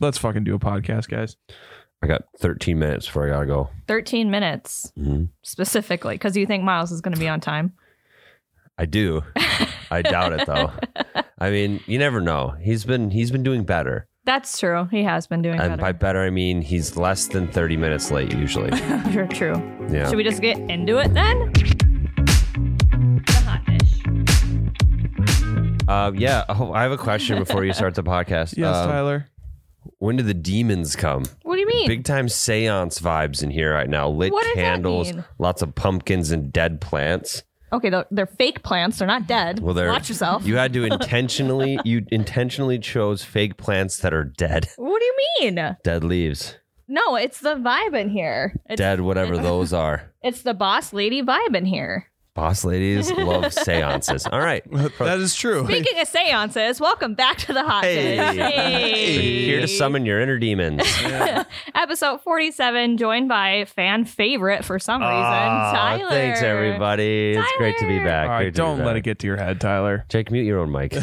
Let's fucking do a podcast, guys. I got 13 minutes before I gotta go. 13 minutes Mhm. specifically because you think Miles is going to be on time. I do. I doubt it though. I mean, you never know. He's been he's been doing better, That's true. He has been doing and by better. better I mean he's less than 30 minutes late usually. True, true. Yeah. Should we just get into it then? The hot dish. Uh, yeah. Oh, I have a question before you start the podcast. Yes, Uh, Tyler. when did the demons come? What do you mean? Big time seance vibes in here right now. Lit What does that candles, mean? lots of pumpkins and dead plants. okay, they're, they're fake plants. They're not dead. Well, they're Watch yourself. You had to intentionally you intentionally chose fake plants that are dead, what do you mean? dead leaves, No, it's the vibe in here. It's, dead whatever those are. it's the boss lady vibe in here. Boss ladies love seances. All right, That is true. Speaking of seances, welcome back to the hot Hey. dish. Hey. here to summon your inner demons. Episode 47, joined by fan favorite for some reason, Aw, Tyler. Ah, Thanks everybody. It's great to be Tyler. back. All right, Great to be don't let back. it get to your head, Tyler. Jake, mute your own mic.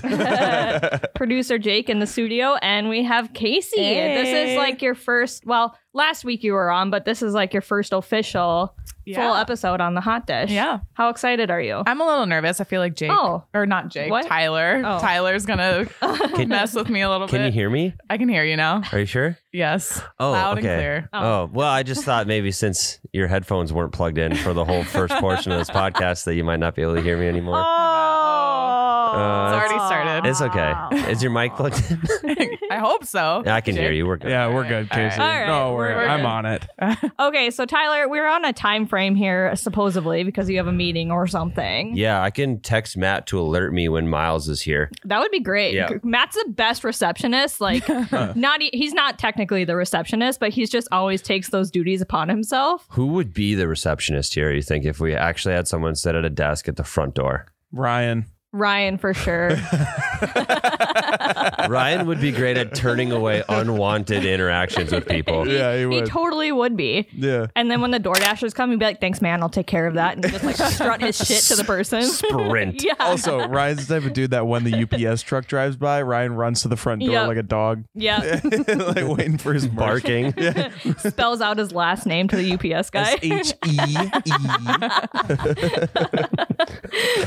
Producer Jake in the studio, and we have Casey. This is like your first, well, last week you were on, but this is like your first official full Yeah. episode on the hot dish. Yeah. How excited are you? I'm a little nervous. I feel like Jake, Oh. or not Jake, What? Tyler. Oh. Tyler's gonna Can- mess with me a little Can bit. you hear me? I can hear you now. Are you sure? Yes. Oh, Loud okay. and clear. Oh. well, I just thought maybe since your headphones weren't plugged in for the whole first portion of this podcast, that you might not be able to hear me anymore. Oh. Oh. It's Uh, already started. it's okay. Is your mic plugged in? I hope so. I can hear Jake? you. We're good. Yeah, we're right, good, all right. Casey. All right, no, we're, we're I'm good. on it. Okay, so Tyler, we're on a time frame here, supposedly, because you have a meeting or something. Yeah, I can text Matt to alert me when Miles is here. That would be great. Yeah. Matt's the best receptionist. Like, not e- he's not technically the receptionist, but he's just always takes those duties upon himself. Who would be the receptionist here, you think, if we actually had someone sit at a desk at the front door? Ryan. Ryan for sure. Ryan would be great at turning away unwanted interactions with people. Yeah, he he would. totally would be. Yeah. And then when the door dashers come, he'd be like, "Thanks, man. I'll take care of that," and just like strut his shit to the person. Sprint. yeah. Also, Ryan's the type of dude that when the UPS truck drives by, Ryan runs to the front door Yep. like a dog, yeah. like waiting for his merch. Barking. Spells out his last name to the UPS guy. H E E.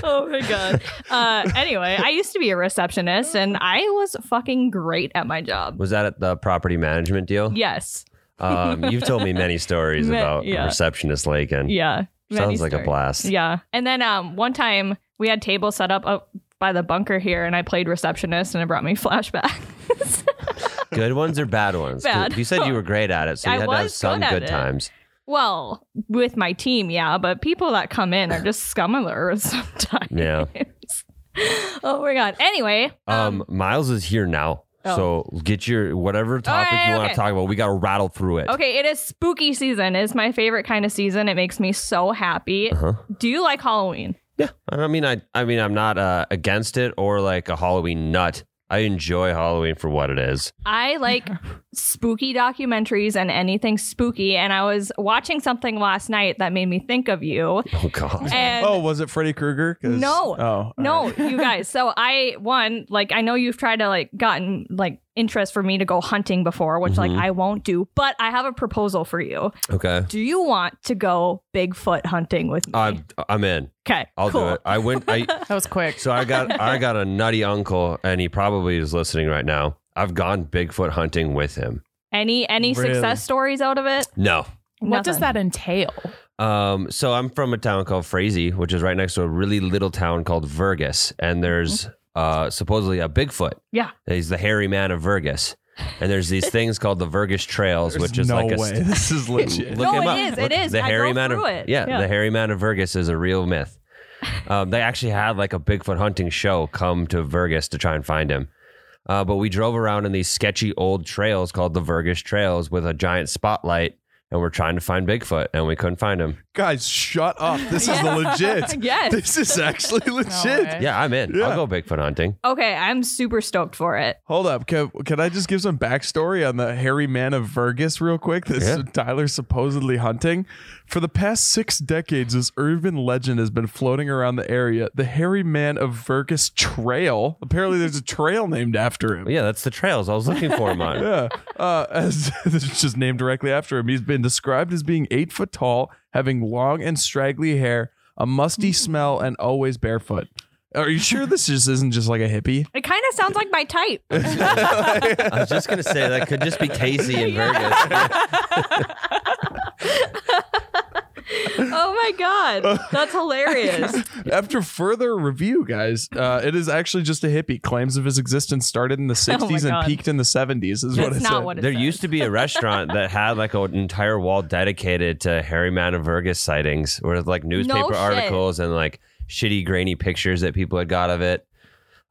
oh my god. Uh, anyway, I used to be a receptionist, and I was fucking great at my job. Was that at the property management deal? Yes. Um, you've told me many stories Ma- about yeah. receptionist Lakin. Yeah. Many Sounds like a stories. blast. Yeah. And then um, one time we had tables set up up by the bunker here, and I played receptionist, and it brought me flashbacks. Good ones or bad ones? 'Cause Bad. You said you were great at it, so you I had to have was good some at good it. times. well, with my team, yeah, but people that come in are just scummelers sometimes. Yeah. oh my god. Anyway, Um, Miles is here now. So get your whatever topic right, you want Oh. okay. to talk about. We got to rattle through it. okay, it is spooky season. It's my favorite kind of season. It makes me so happy. Do you like Halloween? Yeah. I mean, I, I mean, I'm not uh, against it or like a Halloween nut. I enjoy Halloween for what it is. I like spooky documentaries and anything spooky. And I was watching something last night that made me think of you. Oh God. And Oh, was it Freddy Krueger? 'Cause- No. Oh. no, you guys. So I one like I know you've tried to like gotten like interest for me to go hunting before, which Mm-hmm. like I won't do. But I have a proposal for you. Okay. Do you want to go Bigfoot hunting with me? I'm, I'm in. okay, I'll cool. do it. I went. I That was quick. so I got I got a nutty uncle, and he probably is listening right now. I've gone Bigfoot hunting with him. Any any Really? success stories out of it? No. What Nothing. does that entail? Um, so I'm from a town called Frazee, which is right next to a really little town called Vergas, and there's uh supposedly a Bigfoot. Yeah. He's the hairy man of Vergas. And there's these things called the Vergas Trails, There's which is no like a way. st- this is legit. Look No, him it up. is, it Look- is. The I hairy go man through of it. Yeah, Yeah. the hairy man of Vergas is a real myth. Um, they actually had like a Bigfoot hunting show come to Vergas to try and find him. Uh, but we drove around in these sketchy old trails called the Vergas Trails with a giant spotlight, and we're trying to find Bigfoot, and we couldn't find him. Guys, shut up. This is legit. Yes. This is actually legit. way. Yeah, I'm in. I'll go Bigfoot hunting. Okay, I'm super stoked for it. Hold up. Can, can I just give some backstory on the hairy man of Vergas real quick? This Yeah. Tyler's supposedly hunting. For the past six decades, this urban legend has been floating around the area. The hairy man of Vergus Trail. Apparently, there's a trail named after him. Yeah, that's the trails I was looking for him on. Yeah. Uh, as it's just named directly after him. He's been described as being eight foot tall, having long and straggly hair, a musty smell, and always barefoot. Are you sure this just isn't just like a hippie? It kind of sounds like my type. I was just gonna say that could just be Casey and Vergas. oh my god, that's hilarious. After further review, guys, uh, it is actually just a hippie. Claims of his existence started in the 60s and Oh God. peaked in the 70s, is what That's it not said. what it there says. used to be a restaurant that had like an entire wall dedicated to Harry Man and Vergas sightings, where like newspaper shit. articles and like shitty grainy pictures that people had got of it.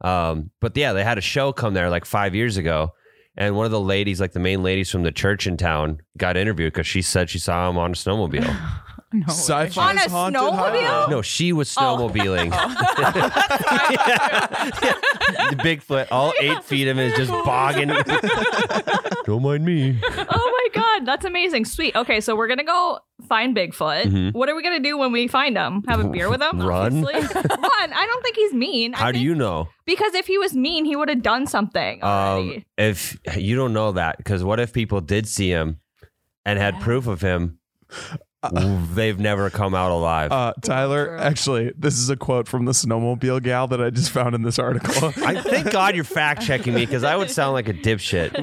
Um, but yeah, they had a show come there like five years ago, and one of the ladies, like the main ladies from the church in town, got interviewed because she said she saw him on a snowmobile. No way. Sci-fi On a haunted snowmobile? highway. No, she was Oh. snowmobiling. The Bigfoot, all eight feet of him is just bogging. Don't mind me. oh my god, that's amazing. Sweet. Okay, so we're gonna go find Bigfoot. What are we gonna do when we find him? Have a beer with him? Mm-hmm. Run? obviously? Run. I don't think he's mean. I How do think- you know? Because if he was mean, he would have done something. already. Um, if you don't know that, because what if people did see him and had proof of him? They've never come out alive. Uh, Tyler, True. actually, this is a quote from the snowmobile gal that I just found in this article. I thank God you're fact checking me because I would sound like a dipshit.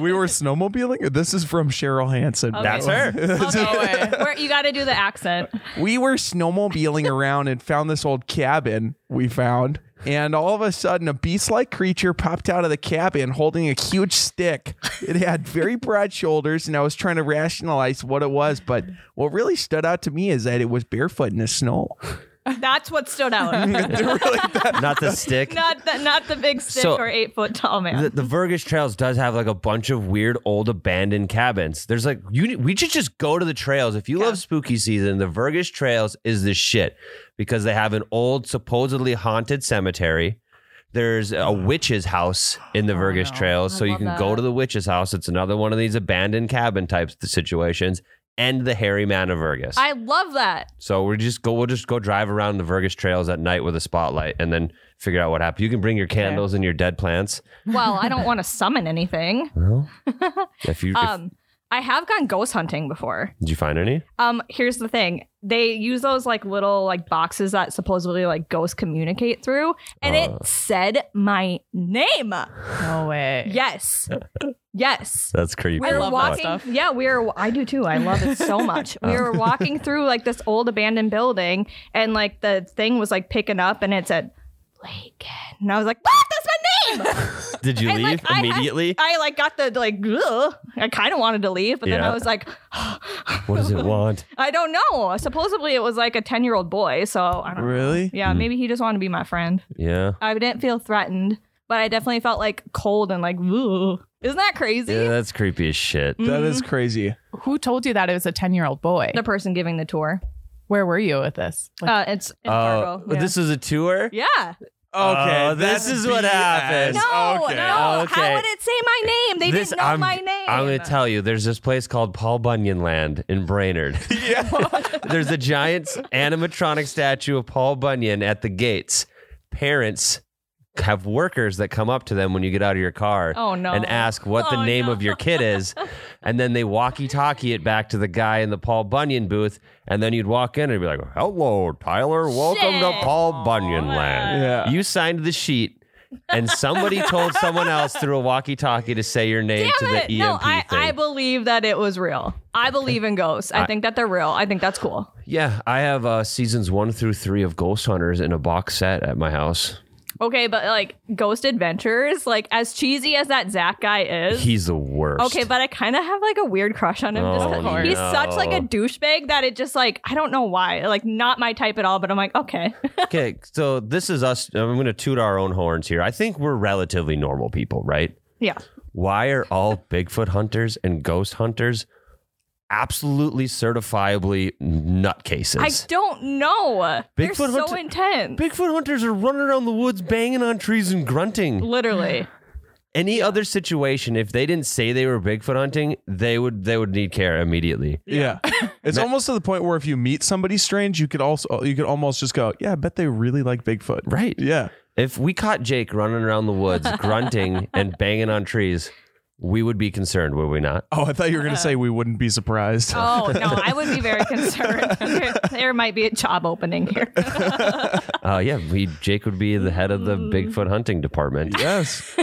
we were snowmobiling. This is from Cheryl Hansen. Okay. That's her. No way. Where you got to do the accent. we were snowmobiling around and found this old cabin we found. And all of a sudden, a beast like creature popped out of the cabin holding a huge stick. It had very broad shoulders, and I was trying to rationalize what it was. But what really stood out to me is that it was barefoot in the snow. That's what stood out. Not the stick. not the not the big stick So- or eight foot tall man. The, the Vergas Trails does have like a bunch of weird old abandoned cabins. There's like you we should just go to the trails. If you love spooky season, the Vergas Trails is the shit because they have an old supposedly haunted cemetery. There's a witch's house in the Vergas no. Trails, Mm. Oh, I so you love can that. go to the witch's house. It's another one of these abandoned cabin types of situations and the hairy man of Vergas. I love that. so we're just go we'll just go drive around the Vergas Trails at night with a spotlight and then figure out what happened. You can bring your candles and your dead plants. Well, I don't want to summon anything. Well, if you if- Um, I have gone ghost hunting before. did, you find any? Um, here's the thing: they use those like little like boxes that supposedly like ghosts communicate through, and it said my name. No way. Yes, yes. That's creepy. We I were love that walking. stuff. Yeah, we were. I do too. I love it so much. We were walking through like this old abandoned building, and like the thing was like picking up, and it said Lakin, and I was like, "What? That's my name!" Did you And, leave like, I had- immediately? I like got the like. Ugh. I kind of wanted to leave, but then Yeah. I was like, what does it want? I don't know. Supposedly it was like a ten year old boy, so I don't. Really? Yeah, Mm-hmm. maybe he just wanted to be my friend. Yeah. I didn't feel threatened, but I definitely felt like cold and like, "Ugh." isn't that crazy? Yeah, that's creepy as shit. That is crazy. Who told you that it was a 10 year old boy? Mm-hmm. The person giving the tour. Where were you with this? Like, Uh, it's in Uh, Fargo, yeah. This is a tour? Yeah. Oh, this is what happened. No, Okay. no. How would it say my name? They This- didn't know I'm, my name. I'm gonna tell you. There's this place called Paul Bunyan Land in Brainerd. there's a giant animatronic statue of Paul Bunyan at the gates. Parents have workers that come up to them when you get out of your car Oh, no. and ask what the Oh, name no. of your kid is and then they walkie-talkie it back to the guy in the Paul Bunyan booth and then you'd walk in and be like hello Tyler welcome to Shit. Paul Bunyan land Yeah. you signed the sheet and somebody told someone else through a walkie-talkie to say your name Damn to the it. EMP no, I, thing. I believe that it was real. I believe in ghosts. I, think that they're real. I think that's cool. yeah, I have uh, seasons one through three of Ghost Hunters in a box set at my house. Okay, but like Ghost Adventures, like as cheesy as that Zach guy is. He's the worst. Okay, but I kind of have like a weird crush on him. just Oh, 'cause no. He's such like a douchebag that it just like I don't know why. Like not my type at all. But I'm like okay. okay, so this is us. I'm going to toot our own horns here. I think we're relatively normal people, right? yeah. Why are all Bigfoot hunters and ghost hunters absolutely certifiably I nutcases? don't know. They're Bigfoot so hunted- intense. Bigfoot hunters are running around the woods, banging on trees and grunting. Literally. Any other situation, if they didn't say they were Bigfoot hunting, they would they would need care immediately. Yeah. It's Ma- almost to the point where if you meet somebody strange, you could also you could almost just go, yeah, I bet they really like Bigfoot. Right. Yeah. If we caught Jake running around the woods, grunting and banging on trees, we would be concerned, would we not? Oh, I thought you were gonna say we wouldn't be surprised. Uh. Oh no, I would be very concerned. there, there might be a job opening here. Uh, yeah, we, Jake would be the head of the Bigfoot hunting department. Yes.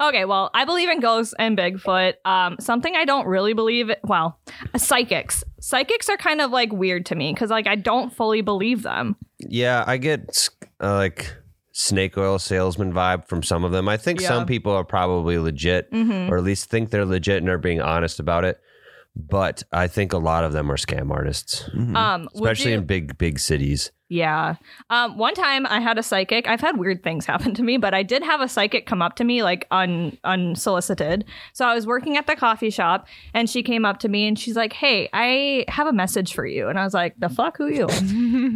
okay, well, I believe in ghosts and Bigfoot. Um, something I don't really believe. Well, psychics. Psychics are kind of like weird to me because like I don't fully believe them. Yeah, I get uh, like snake oil salesman vibe from some of them. I think some Yeah. people are probably legit, Mm-hmm. or at least think they're legit and are being honest about it. But I think a lot of them are scam artists, Um, would Hmm. especially you- in big, big cities. Yeah. Um, one time I had a psychic. I've had weird things happen to me, but I did have a psychic come up to me like un unsolicited. So I was working at the coffee shop and she came up to me and she's like, Hey, I have a message for you. And I was like, The fuck who you?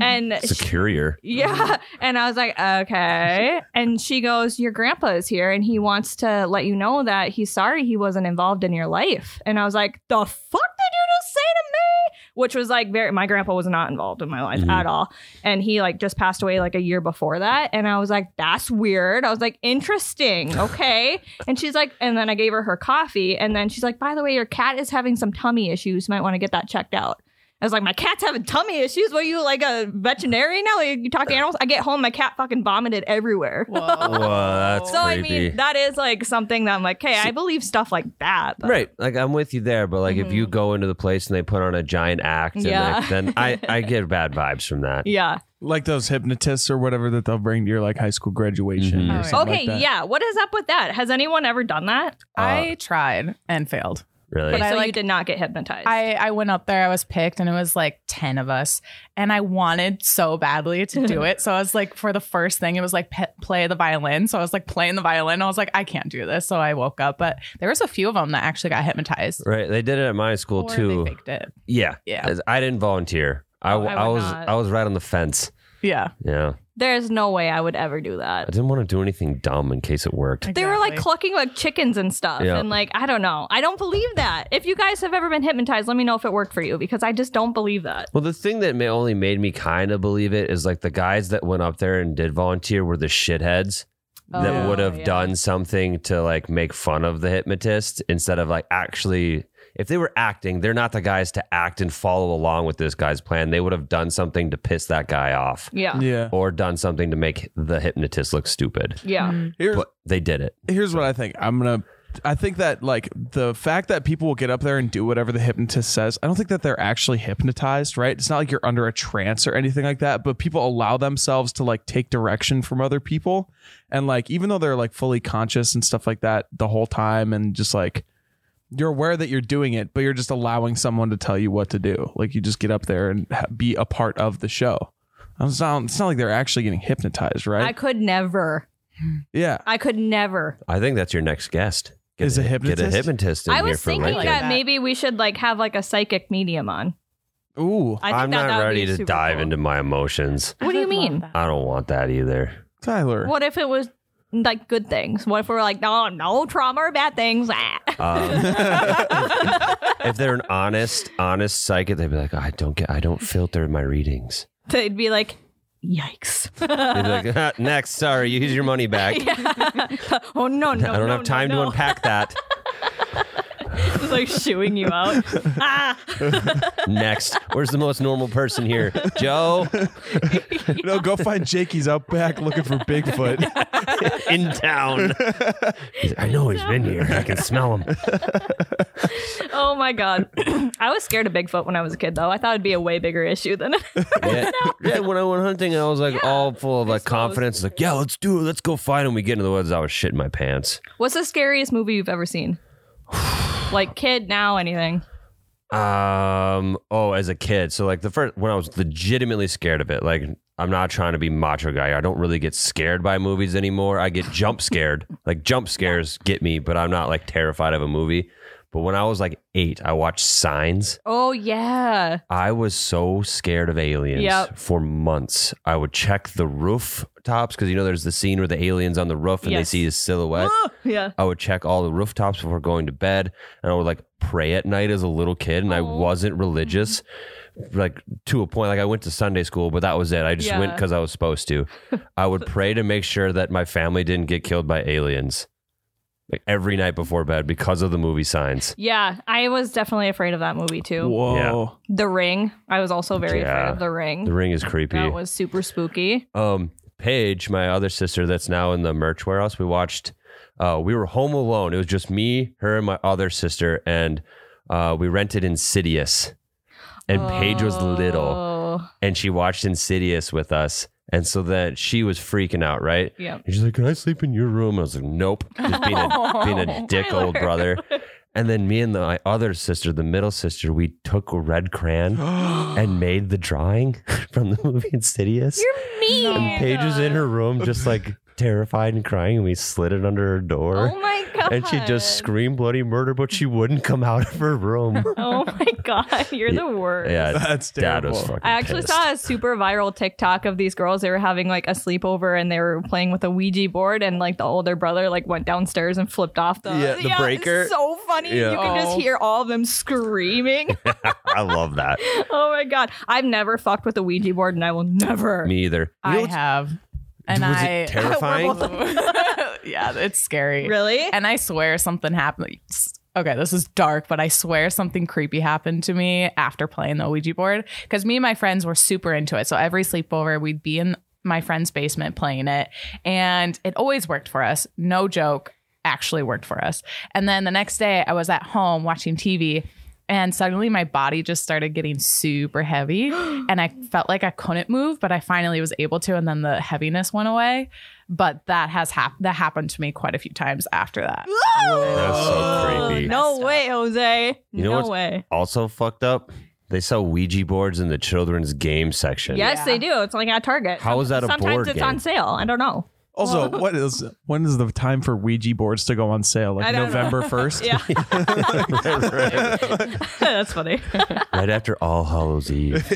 and she- Superior. yeah. And I was like, okay. And she goes, Your grandpa is here and he wants to let you know that he's sorry he wasn't involved in your life. And I was like, The fuck did you just say to me? Which was like, very, my grandpa was not involved in my life at all. And he like just passed away like a year before that. And I was like, That's weird. I was like, Interesting. Okay. and she's like, And then I gave her her coffee. And then she's like, By the way, your cat is having some tummy issues. You might want to get that checked out. I was like, my cat's having tummy issues. What are you like a veterinarian now? Like, you talk animals. I get home, my cat fucking vomited everywhere. Whoa. Whoa, that's Oh, so I creepy. mean, that is like something that I'm like, hey, I believe stuff like that. but- Right, like I'm with you there, but like if you go into the place and they put on a giant act, and Yeah. like, then I I get bad vibes from that. Yeah. like those hypnotists or whatever that they'll bring to your like high school graduation Mhm. or Oh, something Okay. like that. yeah. What is up with that? Has anyone ever done that? I tried and failed. Really, Okay, I so you like- did not get hypnotized. I, I went up there, I was picked, and it was like 10 of us. And I wanted so badly to do it. So I was like, for the first thing, it was like pe- play the violin. So I was like playing the violin. I was like, I can't do this. So I woke up. But there was a few of them that actually got hypnotized. right? They did it at my school Or too. They faked it. Yeah, Yeah. I didn't volunteer. I, Oh, I I would was not. I was right on the fence. Yeah. Yeah, There's no way I would ever do I that. didn't want to do anything dumb in case it worked. They were like Exactly. clucking like chickens and stuff. Yeah. And like, I don't know. I don't believe that. If you guys have ever been hypnotized, let me know if it worked for you because I just don't believe that. Well, the thing that ma- only made me kind of believe it is like the guys that went up there and did volunteer were the shitheads that Oh, would have yeah. done something to like make fun of the hypnotist instead of like actually. If they were acting, they're not the guys to act and follow along with this guy's plan. They would have done something to piss that guy off Yeah. Yeah. or done something to make the hypnotist look stupid. Yeah. Mm-hmm. Here's But they did it. here's what I think. I'm gonna. I think that like the fact that people will get up there and do whatever the hypnotist says, I don't think that they're actually hypnotized, right? It's not like you're under a trance or anything like that, but people allow themselves to like take direction from other people. And like even though they're like fully conscious and stuff like that the whole time and just like you're aware that you're doing it, but you're just allowing someone to tell you what to do. Like you just get up there and ha- be a part of the show. It's not, it's not like they're actually getting hypnotized, I right? could never. yeah. I could never. I think that's your next guest. Is a Get hypnotist? a hypnotist in I here was for thinking Lincoln. that that. maybe we should like have like a psychic medium on. Ooh. I think I'm that, not that would ready be to super dive cool. into my emotions. What do you mean? I don't want that either. Tyler. What if it was like good things? What if we are like, no, no trauma or bad things? Ah. Um, if they're an honest, honest psychic, they'd be like, "Oh, I don't get, I don't filter my readings. They'd be like, yikes. They'd be like, "Ah, next, sorry, use your money back. oh no, no. I don't no, have time no, no. to unpack that. It's like shooing you out. ah. next, where's the most normal person here? Joe No, go find Jake. He's out back looking for Bigfoot. in town. He's- I know he's been here. I can smell him. Oh my god. I was scared of Bigfoot when I was a kid though. I thought it'd be a way bigger issue than Yeah. yeah, when I went hunting, I was like all full of like confidence. Like, yeah, let's do it. Let's go fight him. We get into the woods. I was shitting my pants. What's the scariest movie you've ever seen? like kid now, anything. Um. Oh, as a kid, so like the first when I was legitimately scared of it, like I'm not trying to be macho guy. I don't really get scared by movies anymore. I get jump scared. like jump scares get me, but I'm not like terrified of a movie. But when I was like eight, I watched Signs. Oh yeah. I was so scared of aliens Yep. for months. I would check the roof tops because you know there's the scene where the aliens on the roof and Yes. they see his silhouette. Yeah. I would check all the rooftops before going to bed, and I would like pray at night as a little kid, and I Aw. wasn't religious, like to a point. Like I went to Sunday school, but that was it. I just went Yeah. because I was supposed to. I would pray to make sure that my family didn't get killed by aliens, like every night before bed because of the movie signs. Yeah, I was definitely afraid of that movie too. Whoa. The Ring. I was also very Yeah. afraid of The Ring. The ring is creepy. that was super spooky. um Paige, my other sister that's now in the merch warehouse, we watched uh we were home alone. It was just me, her, and my other sister, and uh we rented Insidious. And Paige was little Oh, and she watched Insidious with us. And so then she was freaking out, right? Yeah. And she's like, Can I sleep in your room? And I was like, Nope. Just being a being a dick old Tyler. brother. And then me and the, my other sister, the middle sister, we took a red crayon and made the drawing from the movie Insidious. You're mean. And Paige was in her room, just like terrified and crying, and we slid it under her door. Oh my god. and she just screamed bloody murder, but she wouldn't come out of her room. Oh my god. You're the worst. yeah, That's dad terrible. was fucking. I actually pissed. saw a super viral TikTok of these girls. They were having like a sleepover and they were playing with a Ouija board, and like the older brother like went downstairs and flipped off the Yeah, the it's breaker. So funny! Yeah. You can Oh. just hear all of them screaming. I love that. oh my god! I've never fucked with a Ouija board, and I will never. Me either. You know I what's- have. And was I it terrifying? yeah, it's scary. Really? And I swear something happened. Okay, this is dark, but I swear something creepy happened to me after playing the Ouija board because me and my friends were super into it. So every sleepover, we'd be in my friend's basement playing it, and it always worked for us. No joke, actually worked for us. And then the next day, I was at home watching TV. And suddenly my body just started getting super heavy and I felt like I couldn't move, but I finally was able to. And then the heaviness went away. But that has happened. That happened to me quite a few times after That's that. so Oh, creepy. No way, Jose. You know no what's- way. Also fucked up. They sell Ouija boards in the children's game section. Yes, Yeah. they do. It's like at Target. How is that a Sometimes board it's game? on sale. I don't know. Also, what is when is the time for Ouija boards to go on sale? Like I don't know. November first? Yeah, right that's funny. after All Hallows Eve.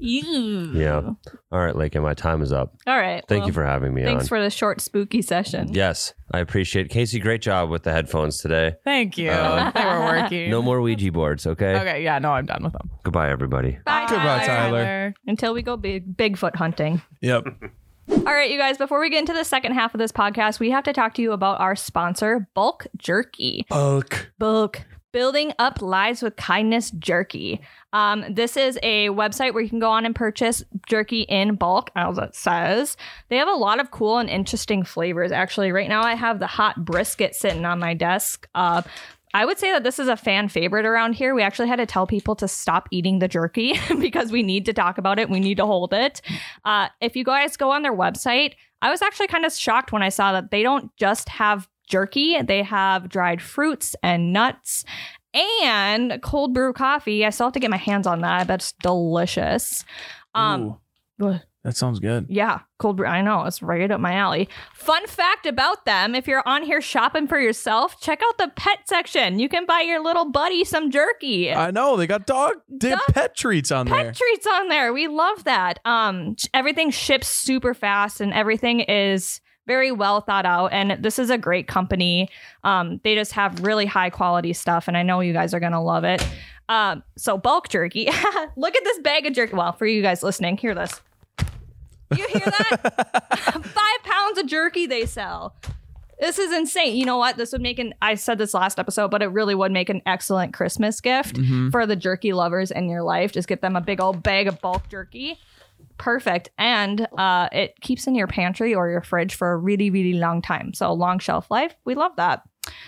Ew. Yeah. All right, Lincoln, my time is up. All right. Thank well, you for having me Thanks on. for the short, spooky session. yes, I appreciate Casey. Great job with the headphones today. Thank you. they were working. No more Ouija boards, okay? Okay. Yeah. No, I'm done with them. Goodbye, everybody. Bye, Goodbye, Tyler. Until we go big Bigfoot hunting. Yep. All right, you guys, before we get into the second half of this podcast, we have to talk to you about our sponsor, Bulk Jerky. Bulk. book building up lives with kindness jerky um, this is a website where you can go on and purchase jerky in bulk as it says they have a lot of cool and interesting flavors actually right now i have the hot brisket sitting on my desk uh, I would say that this is a fan favorite around here. We actually had to tell people to stop eating the jerky because we need to talk about it. We need to hold it. Uh, if you guys go on their website, I was actually kind of shocked when I saw that they don't just have jerky, they have dried fruits and nuts and cold brew coffee. I still have to get my hands on that. I bet it's delicious. Um, Ooh, that sounds good. yeah, cold brew. I know it's right up my alley. Fun fact about them: if you're on here shopping for yourself, check out the pet section. You can buy your little buddy some jerky. I know they got dog, dip Dog- pet treats on there. Pet treats on there. We love that. Um, sh- everything ships super fast, and everything is very well thought out. And this is a great company. Um, they just have really high quality stuff, and I know you guys are gonna love it. Um, so bulk jerky. Look at this bag of jerky. Well, for you guys listening, hear this. You hear that? Five pounds of jerky they sell. This is insane. You know what? This would make an I said this last episode, but it really would make an excellent Christmas gift for the jerky lovers in your life. Just get them a big old bag of bulk jerky. Perfect. And uh, it keeps in your pantry or your fridge for a really, really long time. So long shelf life. We love that.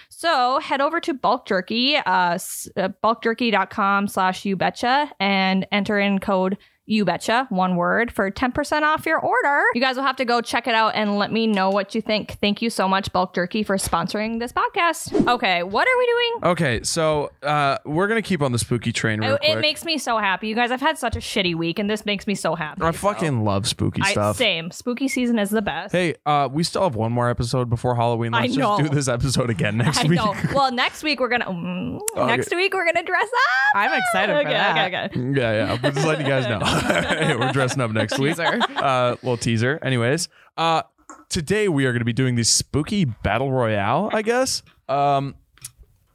So head over to bulk jerky, uh, s- uh, bulkjerky.com slash you betcha and enter in code you betcha, one word, for 10% off your order. You guys will have to go check it out and let me know what you think. Thank you so much, Bulk Jerky, for sponsoring this podcast. Okay, what are we doing? Okay, so uh, we're gonna keep on the spooky train Oh, real Oh, quick. it makes me so happy. You guys, I've had such a shitty week, and this makes me so happy. I fucking love spooky I- stuff. same. Spooky season is the best. Hey, uh, we still have one more episode before Halloween. I Let's know. just do this episode again next I week. know. Well, next week we're gonna. mm, Okay. Next week we're gonna dress up. I'm excited for okay, that. okay, okay. Yeah, yeah. But just letting you guys know. Hey, we're dressing up next week. Teaser. Uh, little teaser. Anyways, uh, today we are going to be doing the spooky battle royale, I guess. Um,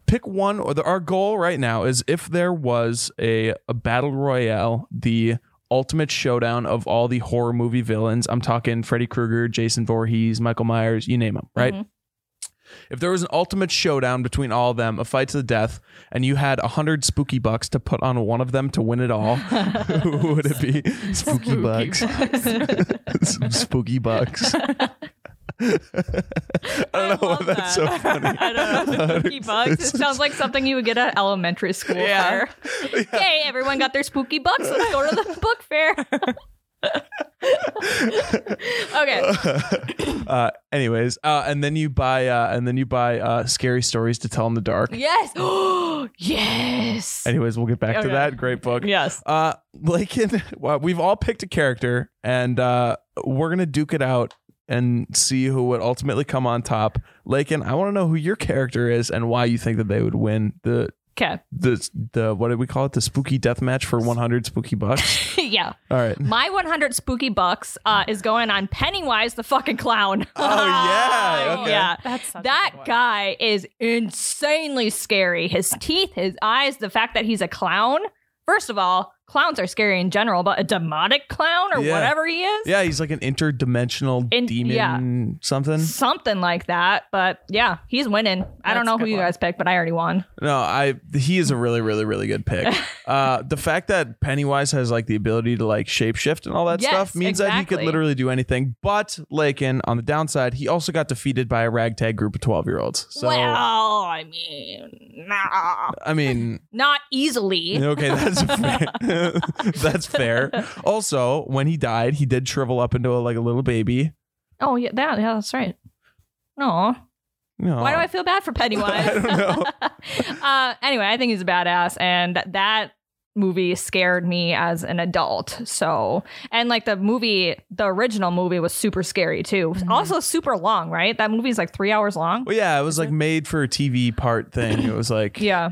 pick one, or the, our goal right now is if there was a, a battle royale, the ultimate showdown of all the horror movie villains. I'm talking Freddy Krueger, Jason Voorhees, Michael Myers, you name them, right? Mm-hmm. If there was an ultimate showdown between all of them, a fight to the death, and you had a hundred spooky bucks to put on one of them to win it all, who would it be? Spooky, bucks. Some spooky bucks. I don't know why love that's that. so funny. I don't know. Spooky bucks. It sounds like something you would get at elementary school Yeah. fair. Hey, everyone got their spooky bucks. Let's go to the book fair. okay. Uh, anyways, uh, and then you buy uh, and then you buy uh, scary stories to tell in the dark. Yes. yes. Anyways, we'll get back to Okay. that. Great book. Yes. Uh, Lakin, well, we've all picked a character, and uh, we're gonna duke it out and see who would ultimately come on top. Lakin, I want to know who your character is and why you think that they would win the Okay. the the what did we call it? The spooky death match for one hundred spooky bucks. yeah. All right. My 100 spooky bucks uh, is going on Pennywise the fucking clown. Oh yeah. Okay. yeah. That's such a that good one. guy is insanely scary. His teeth, his eyes, the fact that he's a clown. First of all, clowns are scary in general, but a demonic clown or Yeah. whatever he is, Yeah, he's like an interdimensional In- demon something. something like that. But yeah, he's winning. I don't That's know a who good you one. guys picked, but I already won. No, I he is a really, really, really good pick. Uh, the fact that Pennywise has like the ability to like shapeshift and all that Yes, stuff means that he could exactly. literally do anything. But Lakin, on the downside, he also got defeated by a ragtag group of twelve year olds. So well, I mean, nah, I mean, not easily. okay, that's fair. that's fair. Also, when he died, he did shrivel up into a, like a little baby. Oh yeah, that yeah, that's right. No, No, Why do I feel bad for Pennywise? Oh. I don't know. uh, anyway, I think he's a badass, and that movie scared me as an adult. So, and like the movie, the original movie was super scary too. Mhm. Also, super long, right? That movie's like three hours long. Well, yeah, it was like made for a TV part thing. It was like Yeah,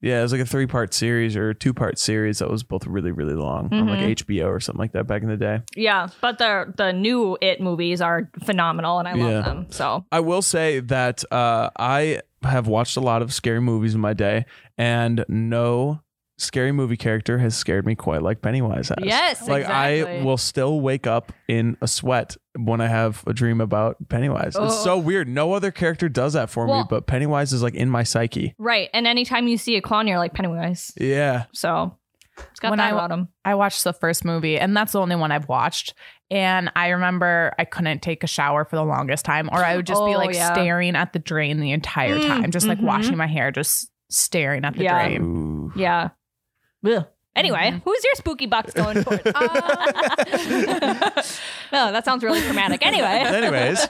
Yeah, it was like a three part series or two part series that was both really, really long on like Mhm. HBO or something like that back in the day. yeah. But the the new It movies are phenomenal, and I love Yeah. them. So, I will say that uh, I have watched a lot of scary movies in my day, and no scary movie character has scared me quite like Pennywise has. yes, Like I exactly. will still wake up in a sweat when I have a dream about Pennywise. It's so weird. No other character does that for me, Oh. Well- but Pennywise is like in my psyche. Right, and anytime you see a clown, you're like Pennywise. Yeah. So, it's got When that I- about him. I watched the first movie, and that's the only one I've watched. And I remember I couldn't take a shower for the longest time, or I would just be Oh, like yeah. staring at the drain the entire Mm, time, just like mhm. washing my hair, just staring at the Yeah. drain. Ooh. Yeah. Anyway, who's your spooky bucks going for? no, that sounds really traumatic. Anyway. Anyways.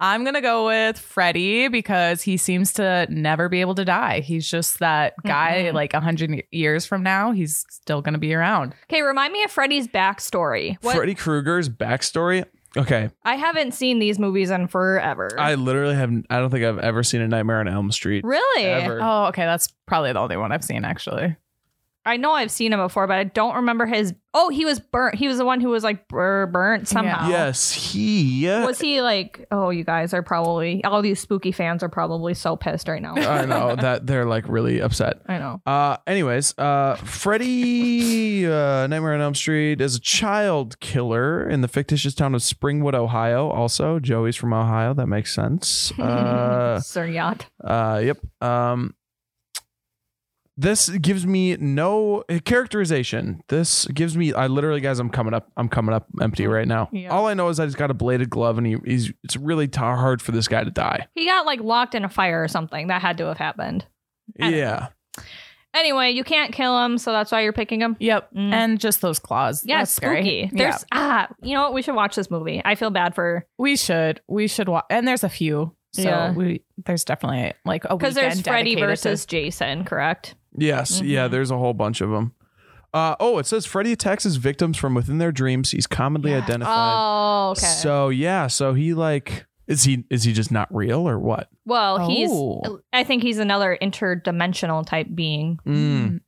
I'm gonna go with Freddy because he seems to never be able to die. He's just that guy. Mhm. Like a hundred years from now, he's still gonna be around. Okay, remind me of Freddy's backstory. What Freddy Krueger's backstory. Okay, I haven't seen these movies in forever. I literally have. I don't think I've ever seen a Nightmare on Elm Street. really? Ever. Oh, okay, that's probably the only one I've seen actually. I know I've seen him before, but I don't remember his Oh, he was burnt. He was the one who was like bur- burnt somehow. Yes, he. Was he like, oh, you guys are probably, all these spooky fans are probably so pissed right now. I know that they're like really upset. I know. Uh, anyways, uh, Freddy uh, Nightmare on Elm Street is a child killer in the fictitious town of Springwood, Ohio. Also, Joey's from Ohio. That makes sense. Uh, Sir Yacht. Uh, yep. Um, this gives me no characterization. This gives me. I literally, guys, I'm coming up. I'm coming up empty right now. Yeah. All I know is I just got a bladed glove, and he, he's. It's really t- hard for this guy to die. He got like locked in a fire or something. That had to have happened. I don't Yeah. Anyway, you can't kill them, so that's why you're picking them. Yep. Mm. And just those claws. Yeah, That's spooky. scary. There's Yeah. ah, you know what? We should watch this movie. I feel bad for We should. We should watch. And there's a few. So Yeah. we there's definitely like a because there's weekend Freddy dedicated versus to, Jason, correct? Yes. Mm-hmm. Yeah. There's a whole bunch of them. Uh, oh, it says Freddy attacks his victims from within their dreams. He's commonly Yeah. identified. Oh, okay. So yeah. So he like is he is he just not real or what? well, he's. Oh. I think he's another interdimensional type being. Mm.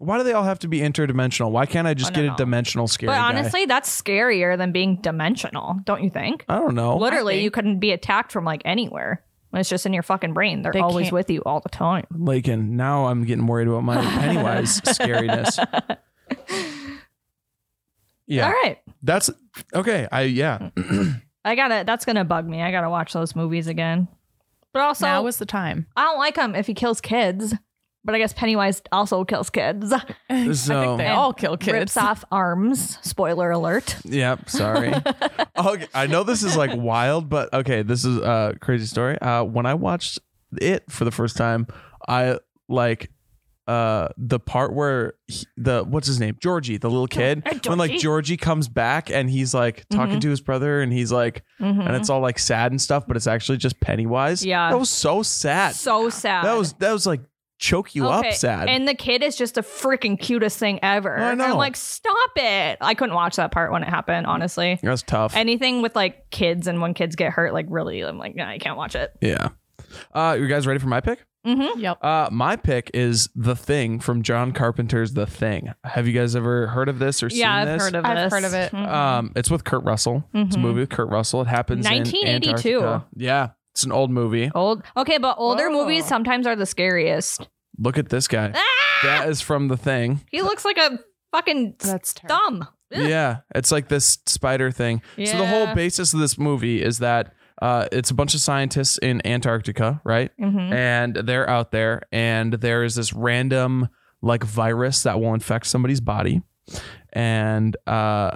Why do they all have to be interdimensional? Why can't I just I get don't a know. dimensional scary Oh, But guy? honestly, that's scarier than being dimensional, don't you think? Oh, I don't know. Literally, think- you couldn't be attacked from like anywhere. It's just in your fucking brain. They're They always can't- with you all the time. Like, and now I'm getting worried about my Pennywise scariness. Yeah, All right. that's okay. I yeah, I gotta. That's gonna bug me. I gotta watch those movies again. But also, now is the time. I don't like him if he kills kids. But I guess Pennywise also kills kids. I So- think they all kill kids. Rips off arms. Spoiler alert. yeah. Sorry. okay, I know this is like wild, but okay, this is a crazy story. Uh, when I watched it for the first time, I like uh the part where he, the what's his name georgie the Oh, little kid uh, Hey, when like Georgie. georgie comes back and he's like talking Mm-hmm. to his brother and he's like Mm-hmm. and it's all like sad and stuff but it's actually just pennywise Yeah. that was so sad So sad. That was that was like choke you up sad. And the kid is just the freaking cutest thing ever. I know. am like, stop it. I couldn't watch that part when it happened, honestly. That's tough. Anything with like kids and when kids get hurt, like really, I'm like, nah, I can't watch it. yeah. Uh, you guys ready for my pick? Mm-hmm. Yep. Uh, my pick is The Thing from John Carpenter's The Thing. Have you guys ever heard of this or seen Yeah, I've this? heard of I've this. heard of it. Mhm. Um, it's with Kurt Russell. It's a Mhm. movie with Kurt Russell. It happens in 1982. Antarctica. Yeah, it's an old movie. Old. Okay, but older Oh. movies sometimes are the scariest. Look at this guy. Ah! That is from The Thing. He looks like a fucking That's terrible. thumb. Ugh. yeah, it's like this spider thing. So the Yeah. whole basis of this movie is that uh, it's a bunch of scientists in Antarctica, right? Mhm. and they're out there and there is this random like virus that will infect somebody's body and uh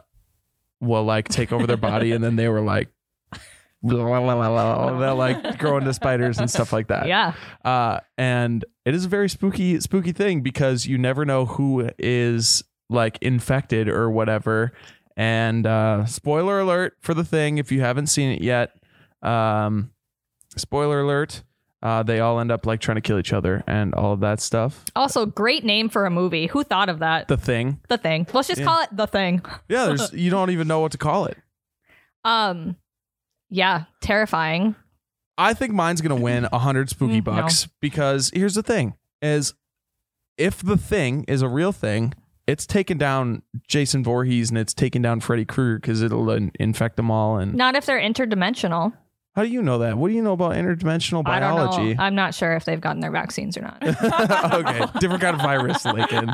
will like take over their body and then they were like blah, blah, blah, blah, blah, they'll like grow into spiders and stuff like that Yeah. uh and it is a very spooky spooky thing because you never know who is like infected or whatever and uh spoiler alert for the thing if you haven't seen it yet um spoiler alert uh they all end up like trying to kill each other and all of that stuff Also, great name for a movie. Who thought of that? the thing The thing. Let's just Yeah. call it the thing. yeah there's you don't even know what to call it Um, yeah, terrifying. I think mine's gonna win a hundred spooky Mm, no. bucks because here's the thing: is if the thing is a real thing, it's taken down Jason Voorhees and it's taken down Freddy Krueger because it'll in- infect them all. And Not if they're interdimensional. how do you know that? What do you know about interdimensional I biology? don't know. I'm not sure if they've gotten their vaccines or not. okay, different kind of virus, Lincoln.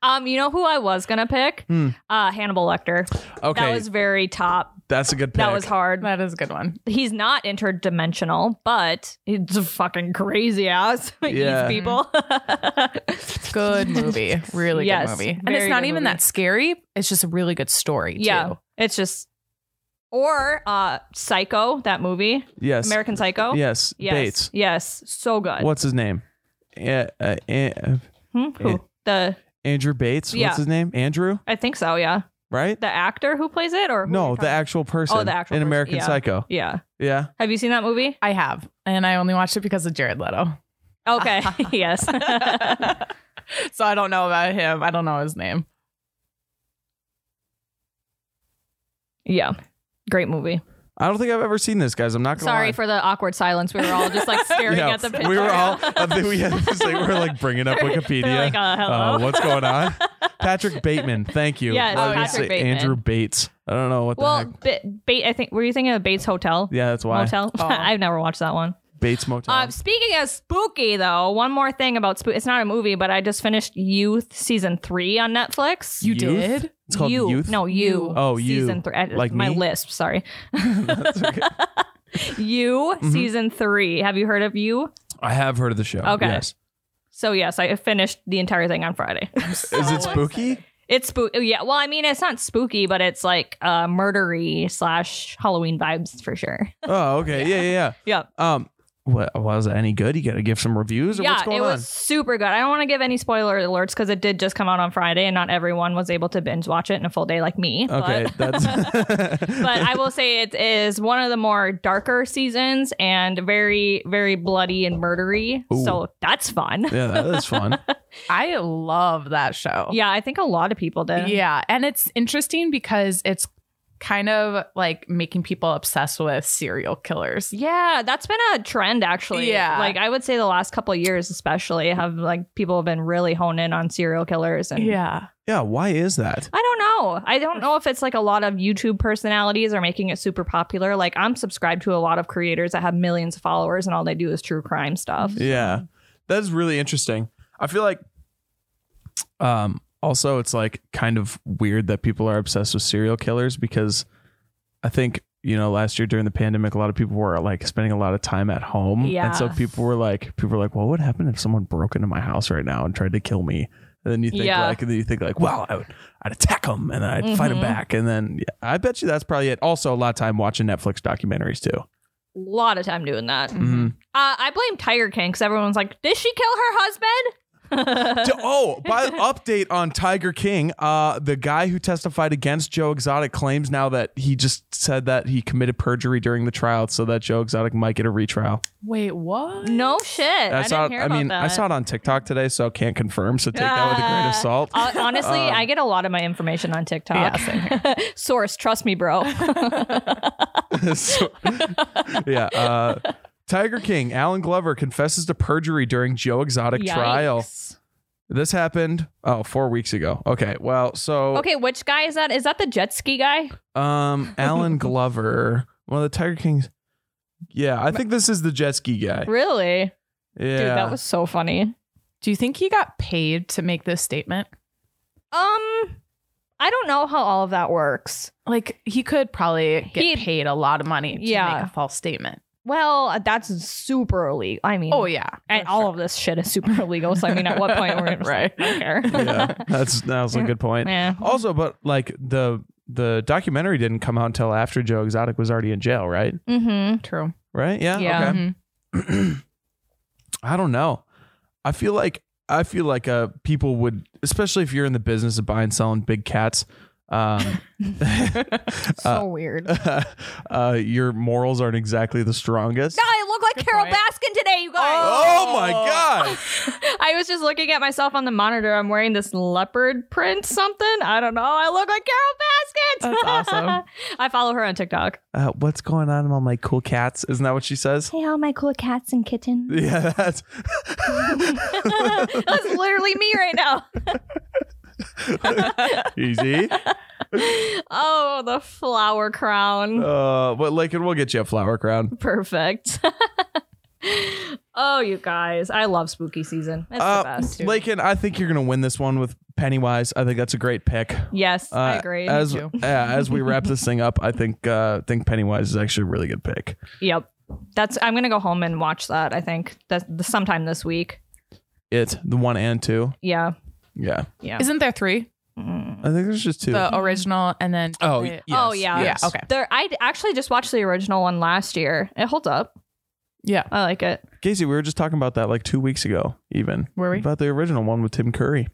um, you know who I was gonna pick? Hmm. Uh, Hannibal Lecter. That Okay, was very top. that's a good pick. That was hard. That is a good one. He's not interdimensional, but he's a fucking crazy ass. He Yeah. Eats people. Good movie. Really Yes, good movie. And very it's not good even movie. that scary. It's just a really good story. yeah, Too. it's just. Or uh, Psycho, that movie, yes, American Psycho. yes, Yes. Bates. Yes. So good. What's his name? Uh, uh, uh, Hmm? Who? Yeah. The Andrew Bates. Yeah. What's his name? Andrew, I think so. Yeah. right? The actor who plays it, or who are No, you the talking- Oh, actual person. the actual in person, American yeah. Psycho. Yeah. Yeah. Have you seen that movie? I have. And I only watched it because of Jared Leto. Okay. yes. so I don't know about him. I don't know his name. yeah. Great movie. I don't think I've ever seen this, guys. I'm not gonna Sorry lie. for the awkward silence. We were all just like staring Yeah, at the picture. we were all I think we had this, like, we we're like bringing up Wikipedia. They're like, uh, hello. Uh, what's going on? Patrick Bateman, thank you. Yes, Why did I Patrick say Bateman. Andrew Bates. I don't know what the well, heck. ba- Ba- I think were you thinking of Bates Hotel? Yeah, that's why Motel. Oh. I've never watched that one. Bates Motel. Uh, speaking of spooky, though, one more thing about spook. It's not a movie, but I just finished Youth season three on Netflix. You Youth? did? it's called you, Youth. No, you. Oh, you. Season three. I- Like my me? lisp. Sorry. That's okay. Mm-hmm. You season three. Have you heard of you? I have heard of the show. Okay. Yes. So yes, I finished the entire thing on Friday. Is it spooky? it's spooky. Yeah. Well, I mean, it's not spooky, but it's like uh, murdery slash Halloween vibes for sure. Oh, okay. Yeah, yeah, yeah. Yeah. Um, What was it any good? You got to give some reviews or yeah, what's going it on? was super good. I don't want to give any spoiler alerts because it did just come out on Friday, and not everyone was able to binge watch it in a full day like me. okay, But, that's but I will say it is one of the more darker seasons and very, very bloody and murdery. Ooh. So that's fun. yeah, that is fun. I love that show. Yeah, I think a lot of people did. Yeah. And it's interesting because it's kind of like making people obsessed with serial killers. Yeah, that's been a trend actually. Yeah. Like I would say the last couple of years especially have like people have been really honed in on serial killers and Yeah. Yeah, why is that? I don't know. I don't know if it's like a lot of YouTube personalities are making it super popular. Like I'm subscribed to a lot of creators that have millions of followers and all they do is true crime stuff. Yeah. That's really interesting. I feel like um also it's like kind of weird that people are obsessed with serial killers because I think, you know, last year during the pandemic a lot of people were like spending a lot of time at home. Yeah. And so people were like people were like, What would happen if someone broke into my house right now and tried to kill me? And then you think Yeah. like and then you think like, well, I would I'd attack them and then I'd fight 'em fight them Mhm. back. And then yeah, I bet you that's probably it. Also a lot of time watching Netflix documentaries too. A lot of time doing that. Uh, Mhm. I blame Tiger King because everyone's like, did she kill her husband? To- oh, by update on Tiger King, uh, the guy who testified against Joe Exotic claims now that he just said that he committed perjury during the trial, so that Joe Exotic might get a retrial. Wait, what? no shit. I, saw. didn't it, hear I about mean, that. I saw it on TikTok today, so can't confirm. So take that with a grain of Ah. salt. Hon- Honestly, Um, I get a lot of my information on TikTok. Yeah, same Source, trust me, bro. So- yeah. Uh, Tiger King, Alan Glover confesses to perjury during Joe Exotic trial. Yikes. This happened oh four weeks ago. Okay, well, so Okay, which guy is that? Is that the jet ski guy? Um, Alan Glover, one of the Tiger Kings. Yeah, I think this is the jet ski guy. Really? Yeah, Dude, that was so funny. Do you think he got paid to make this statement? Um, I don't know how all of that works. Like he could probably get He- paid a lot of money to Yeah. make a false statement. Well, uh, that's super illegal. I mean, Oh yeah. and all of this shit is super illegal. So I mean, at what point we're gonna Right. I don't care. yeah. Oh. That's that was a good point. Yeah. Also, but like the the documentary didn't come out until after Joe Exotic was already in jail, right? Mm-hmm. True. Right? Yeah. Yeah. mm-hmm. Okay. Mhm. I don't know. I feel like I feel like uh people would, especially if you're in the business of buying, selling big cats. Um, So weird. uh, your morals aren't exactly the strongest. I look like Good Carol point. Baskin today, you guys. Oh my god! Oh. I was just looking at myself on the monitor. I'm wearing this leopard print something. I don't know. I look like Carol Baskin. That's awesome. I follow her on TikTok. uh, what's going on with all my cool cats? Isn't that what she says? Hey, all my cool cats and kittens. Yeah, that's That's literally me right now. easy. Oh, the flower crown. Uh, but Lincoln, we'll get you a flower crown. Perfect. oh, you guys. I love spooky season. It's the Uh, best. Lincoln, I think you're gonna win this one with Pennywise. I think that's a great pick. Yes, I Uh, agree. As too. yeah, as we wrap this thing up, I think uh, think Pennywise is actually a really good pick. yep. That's I'm gonna go home and watch that, I think. That's sometime this week. It the one and two. Yeah. Yeah, Yeah. Isn't there three? I think there's just two. The Mm-hmm. original and then oh, the- yes, Oh, yeah. yes. Yeah, okay. There, I d- actually just watched the original one last year. It holds up. yeah. I like it. Casey, we were just talking about that like two weeks ago, even Were we? about the original one with Tim Curry.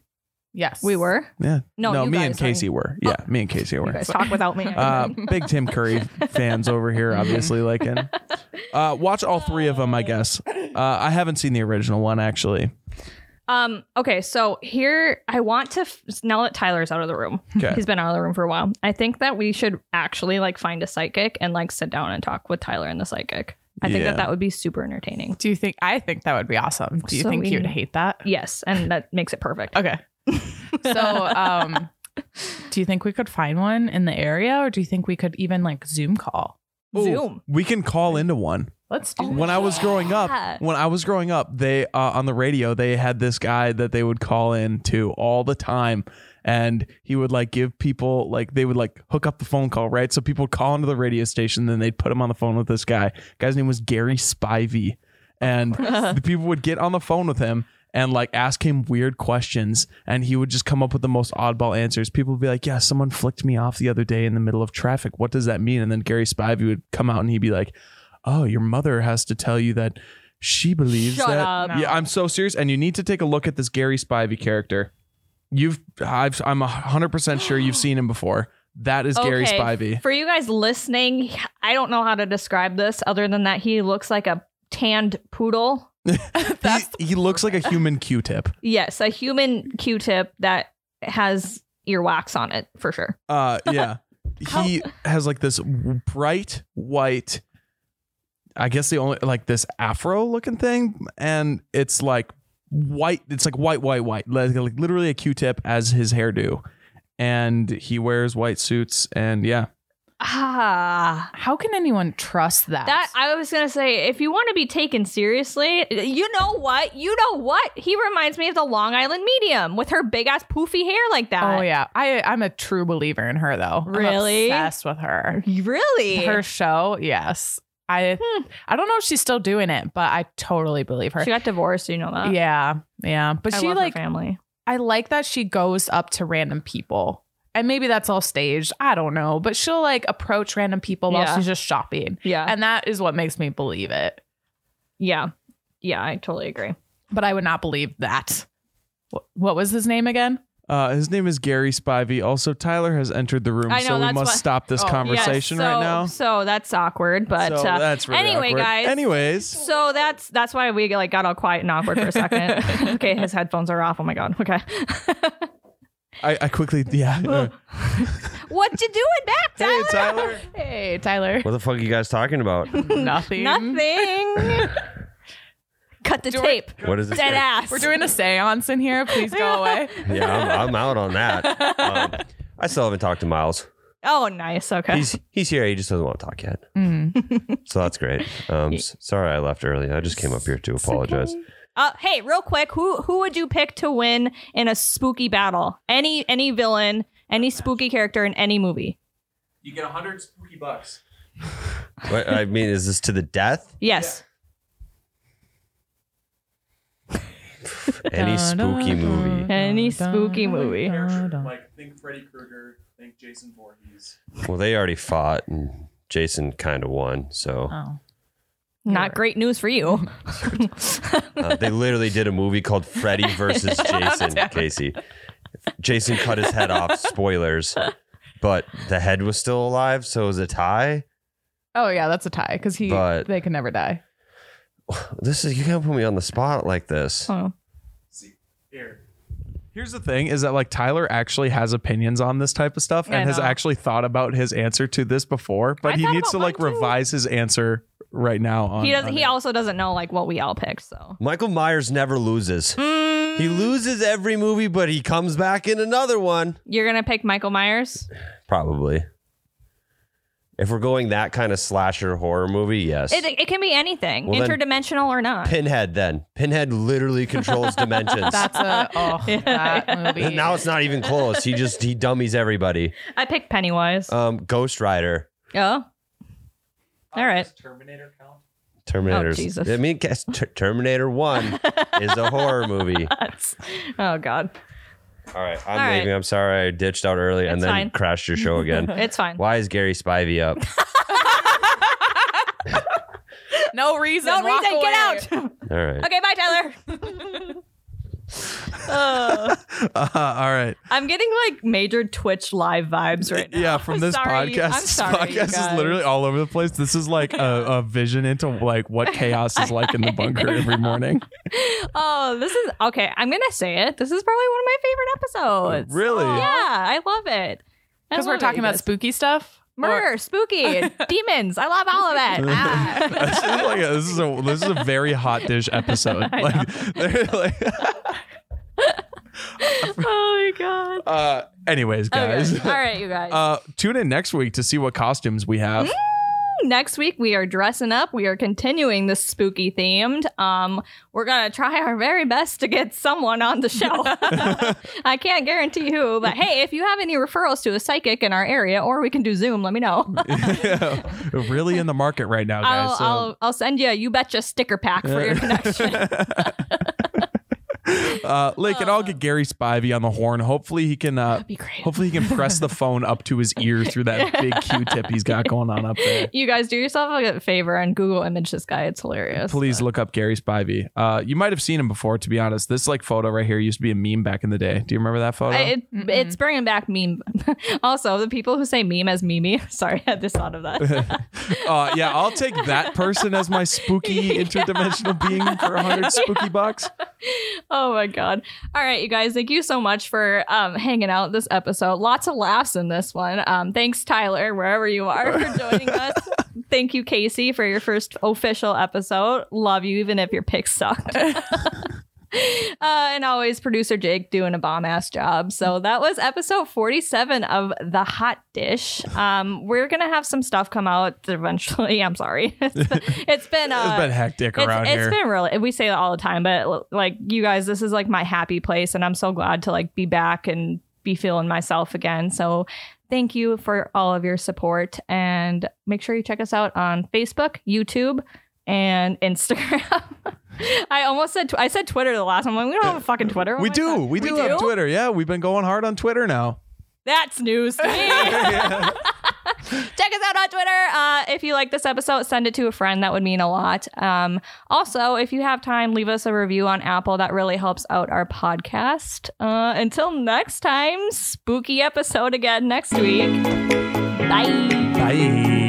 Yes. We were. Yeah, No, you me guys, and sorry. Casey were. Yeah, me and Casey You were. guys talk without me. Uh, big Tim Curry fans over here, obviously. Like, and uh, watch all three of them, I guess. Uh, I haven't seen the original one actually. um. Okay. So here, I want to f- now that Tyler's out of the room. Okay. He's been out of the room for a while. I think that we should actually like find a psychic and like sit down and talk with Tyler and the psychic. I think Yeah. that that would be super entertaining. Do you think I think that would be awesome? Do you So think we- you'd hate that? Yes, and that makes it perfect. Okay. So, um, do you think we could find one in the area, or do you think we could even like Zoom call? Ooh, Zoom. We can call into one. Let's do. When I was growing Yeah. up, when I was growing up, they uh, on the radio they had this guy that they would call in to all the time, and he would like give people like they would like hook up the phone call right. So people would call into the radio station, then they'd put him on the phone with this guy. Guy's name was Gary Spivey, and the people would get on the phone with him. And like ask him weird questions, and he would just come up with the most oddball answers. People would be like, "Yeah, someone flicked me off the other day in the middle of traffic. What does that mean?" And then Gary Spivey would come out, and he'd be like, oh, your mother has to tell you that she believes Shut that. up. Yeah, I'm so serious, and you need to take a look at this Gary Spivey character. You've, I've, I'm hundred percent sure you've seen him before. That is Gary Okay, Spivey. For you guys listening, I don't know how to describe this other than that he looks like a tanned poodle. That's he, he looks like a human Q-tip. Yes, a human Q-tip that has earwax on it for sure. Uh, yeah. he has like this bright white, I guess the only like this afro looking thing, and it's like white. It's like white, white, white, like, like literally a Q-tip as his hairdo, and he wears white suits, and yeah, Ah, How can anyone trust that? that I was gonna say. If you want to be taken seriously, you know what? You know what? He reminds me of the Long Island medium with her big ass poofy hair like that. oh yeah, I I'm a true believer in her though. I'm Really? obsessed with her. really? Her show, yes. I Hmm. I don't know if she's still doing it, but I totally believe her. She got divorced. You know that. yeah, yeah. But Uh, I she love like her family. I like that she goes up to random people. And maybe that's all staged. I don't know. But she'll like approach random people while Yeah. she's just shopping. Yeah. And that is what makes me believe it. yeah. Yeah. I totally agree. But I would not believe that. Wh- What was his name again? Uh, his name is Gary Spivey. Also, Tyler has entered the room, I know, so we that's must why- stop this Oh, yes, conversation Yes, so, right now. So that's awkward, but So uh, that's really anyway, awkward. guys. Anyways, so that's that's why we like got all quiet and awkward for a second. okay, his headphones are off. Oh my god. Okay, I, I quickly, yeah. uh, what you doing back, hey, Tyler? Tyler. Hey, Tyler. What the fuck are you guys talking about? Nothing. Nothing. Cut the tape. What is this? Dead ass. We're doing a seance in here. Please go away. Yeah, I'm, I'm out on that. Um, I still haven't talked to Miles. oh, nice. Okay. He's he's here. He just doesn't want to talk yet. Mm. So that's great. Um, s- sorry I left early. I just came up here to apologize. Uh, hey, real quick, who who would you pick to win in a spooky battle? Any any villain, any spooky character in any movie? You get 100 spooky bucks. What, I mean, is this to the death? Yes. Any spooky movie? Any spooky movie. Character, like, think Freddy Krueger, think Jason Voorhees. Well, they already fought, and Jason kind of won. So Oh. Not great news for you. uh, they literally did a movie called Freddy versus Jason. Casey, Jason cut his head off. Spoilers, but the head was still alive, so it was a tie. Oh yeah, that's a tie because he But- they can never die. This is you can't put me on the spot like this. Oh. See, here. Here's the thing is that like Tyler actually has opinions on this type of stuff I and has know. actually thought about his answer to this before, but I he thought needs to about like mine, too. revise his answer right now on he doesn't on he it. also doesn't know like what we all picked so Michael Myers never loses. He loses every movie, but he comes back in another one. you're gonna pick michael myers Probably. If we're going that kind of slasher horror movie, yes. it, it can be anything Well, then- interdimensional or not Pinhead then. Pinhead literally controls dimensions. That's a oh that movie. And now it's not even close. He just he dummies everybody. i picked pennywise Um, Ghost Rider, oh How All right. does Terminator count? Terminator. Oh, Jesus. I mean, guess Ter- Terminator One is a horror movie. that's oh god All right, I'm All right. leaving. I'm sorry I ditched out early and It's then fine. crashed your show again. it's fine Why is Gary Spivey up? no reason. no Walk reason away. get out All right. okay bye tyler Uh, Uh, all right. i'm getting like major twitch live vibes right now Yeah, from I'm this sorry, podcast. I'm this sorry, you podcast is guys. literally all over the place. This is like a, a vision into like what chaos is like in the bunker every morning. oh this is okay i'm gonna say it this is probably one of my favorite episodes Really? yeah i love it I Because we're love it, talking you about guys. spooky stuff. murder, spooky, demons. I love all of it. Ah. this is like a, this is a this is a very hot dish episode. I Like, they're like oh my god. uh anyways, guys. Okay. All right, you guys. Uh tune in next week to see what costumes we have. Next week we are dressing up. We are continuing this spooky themed. Um, we're gonna try our very best to get someone on the show. I can't guarantee who, but hey, if you have any referrals to a psychic in our area, or we can do Zoom, let me know. really in the market right now, guys. I'll, so- I'll I'll send you a you betcha sticker pack for your connection. Uh, Lake, and I'll get Gary Spivey on the horn. Hopefully he can. Uh, That'd be great. hopefully he can press the phone up to his ear through that big Q-tip he's got going on up there. You guys do yourself a favor and Google image this guy. It's hilarious. Please look up Gary Spivey. Uh, you might have seen him before, to be honest. This like photo right here used to be a meme back in the day. Do you remember that photo? I, it, it's bringing back meme. also, the people who say meme as Mimi. Sorry, I had this thought of that. uh, yeah, I'll take that person as my spooky interdimensional being for a hundred spooky bucks. oh my god! All right, you guys, thank you so much for um, hanging out this episode. Lots of laughs in this one. Um, thanks, Tyler, wherever you are, for joining us. Thank you, Casey, for your first official episode. Love you, even if your picks sucked. Uh, and always producer Jake doing a bomb ass job. So that was episode 47 of The Hot Dish. Um, we're going to have some stuff come out eventually. I'm sorry. It's been, it's been, uh, it's been hectic it's- around here. It's been really, we say that all the time, but like you guys, this is like my happy place. And I'm so glad to like be back and be feeling myself again. So thank you for all of your support. And make sure you check us out on Facebook, YouTube, and Instagram. I almost said, tw- I said Twitter the last one. I'm like, we don't have a fucking Twitter. Oh we my do. God. We do have Twitter. Yeah, we've been going hard on Twitter now. That's news to me. Check us out on Twitter. Uh, if you like this episode, send it to a friend. That would mean a lot. Um, also, if you have time, leave us a review on Apple. That really helps out our podcast. Uh, until next time, spooky episode again next week. Bye. Bye.